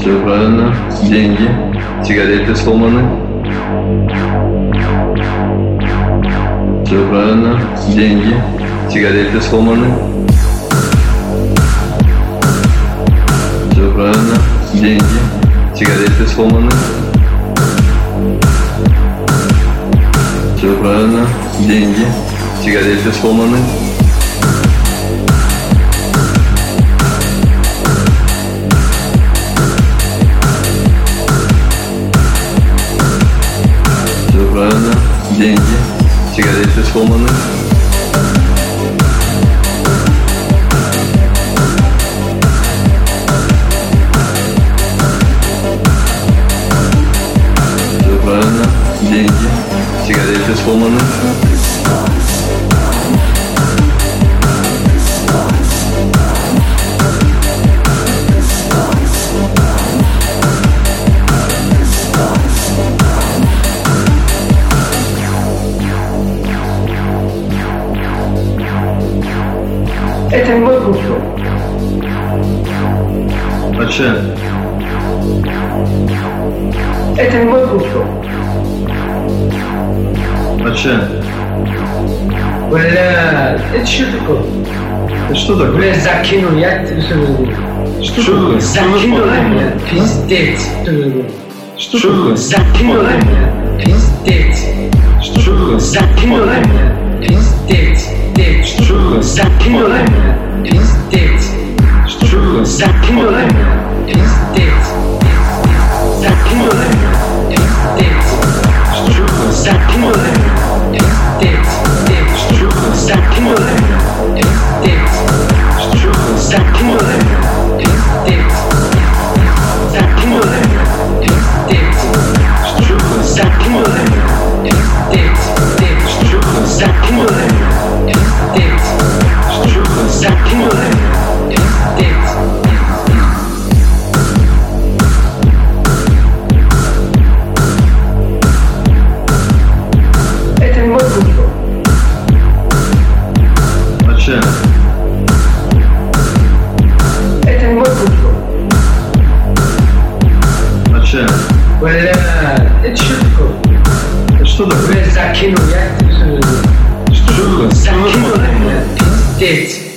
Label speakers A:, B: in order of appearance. A: Все правильно. Деньги. Сигареты сломаны. Все правильно. Деньги. Сигареты сломаны. Все правильно. Деньги. Сигареты сломаны. Все правильно. Деньги. Сигареты сломаны. Все правильно. Деньги. Сигареты сломаны. Все правильно. Деньги. Сигареты сломаны.
B: Это мой кусок.
A: Вообще,
B: Это мой кусок.
A: вообще,
B: Бля, это что такое?
A: ты что такое?
B: Бля, закинул, я тебе всё говорю. Что
A: Чё
B: такое?
A: вы?
B: Закинул,
A: Что вы
B: бля,
A: подумали?
B: пиздец. Что такое?
A: Что такое?
B: Закинул, бля, пиздец.
A: Что такое?
B: Закинул, бля, пиздец. Пиздец.
A: Что такое?
B: Закинул, бля, пиздец.
A: Что такое?
B: Закинул, бля, пиздец. Закинул, бля, пиздец.
A: Что такое?
B: Закинул, бля, пиздец. Пиздец.
A: Что такое?
B: Закинул, бля, пиздец.
A: Что такое?
B: Закинули, пиздец. Закинули, пиздец.
A: Что такое?
B: Закинули, пиздец. Пиздец.
A: Что такое?
B: Закинули, пиздец.
A: Что такое?
B: Закинули, пиздец. Это мой кусок.
A: Вообще,
B: Это мой кусок.
A: вообще,
B: Бля, это что такое?
A: ты что такое?
B: Бля, закинул, я тебе всё говорю.
A: Что такое?
B: Закинул, бля, пиздец.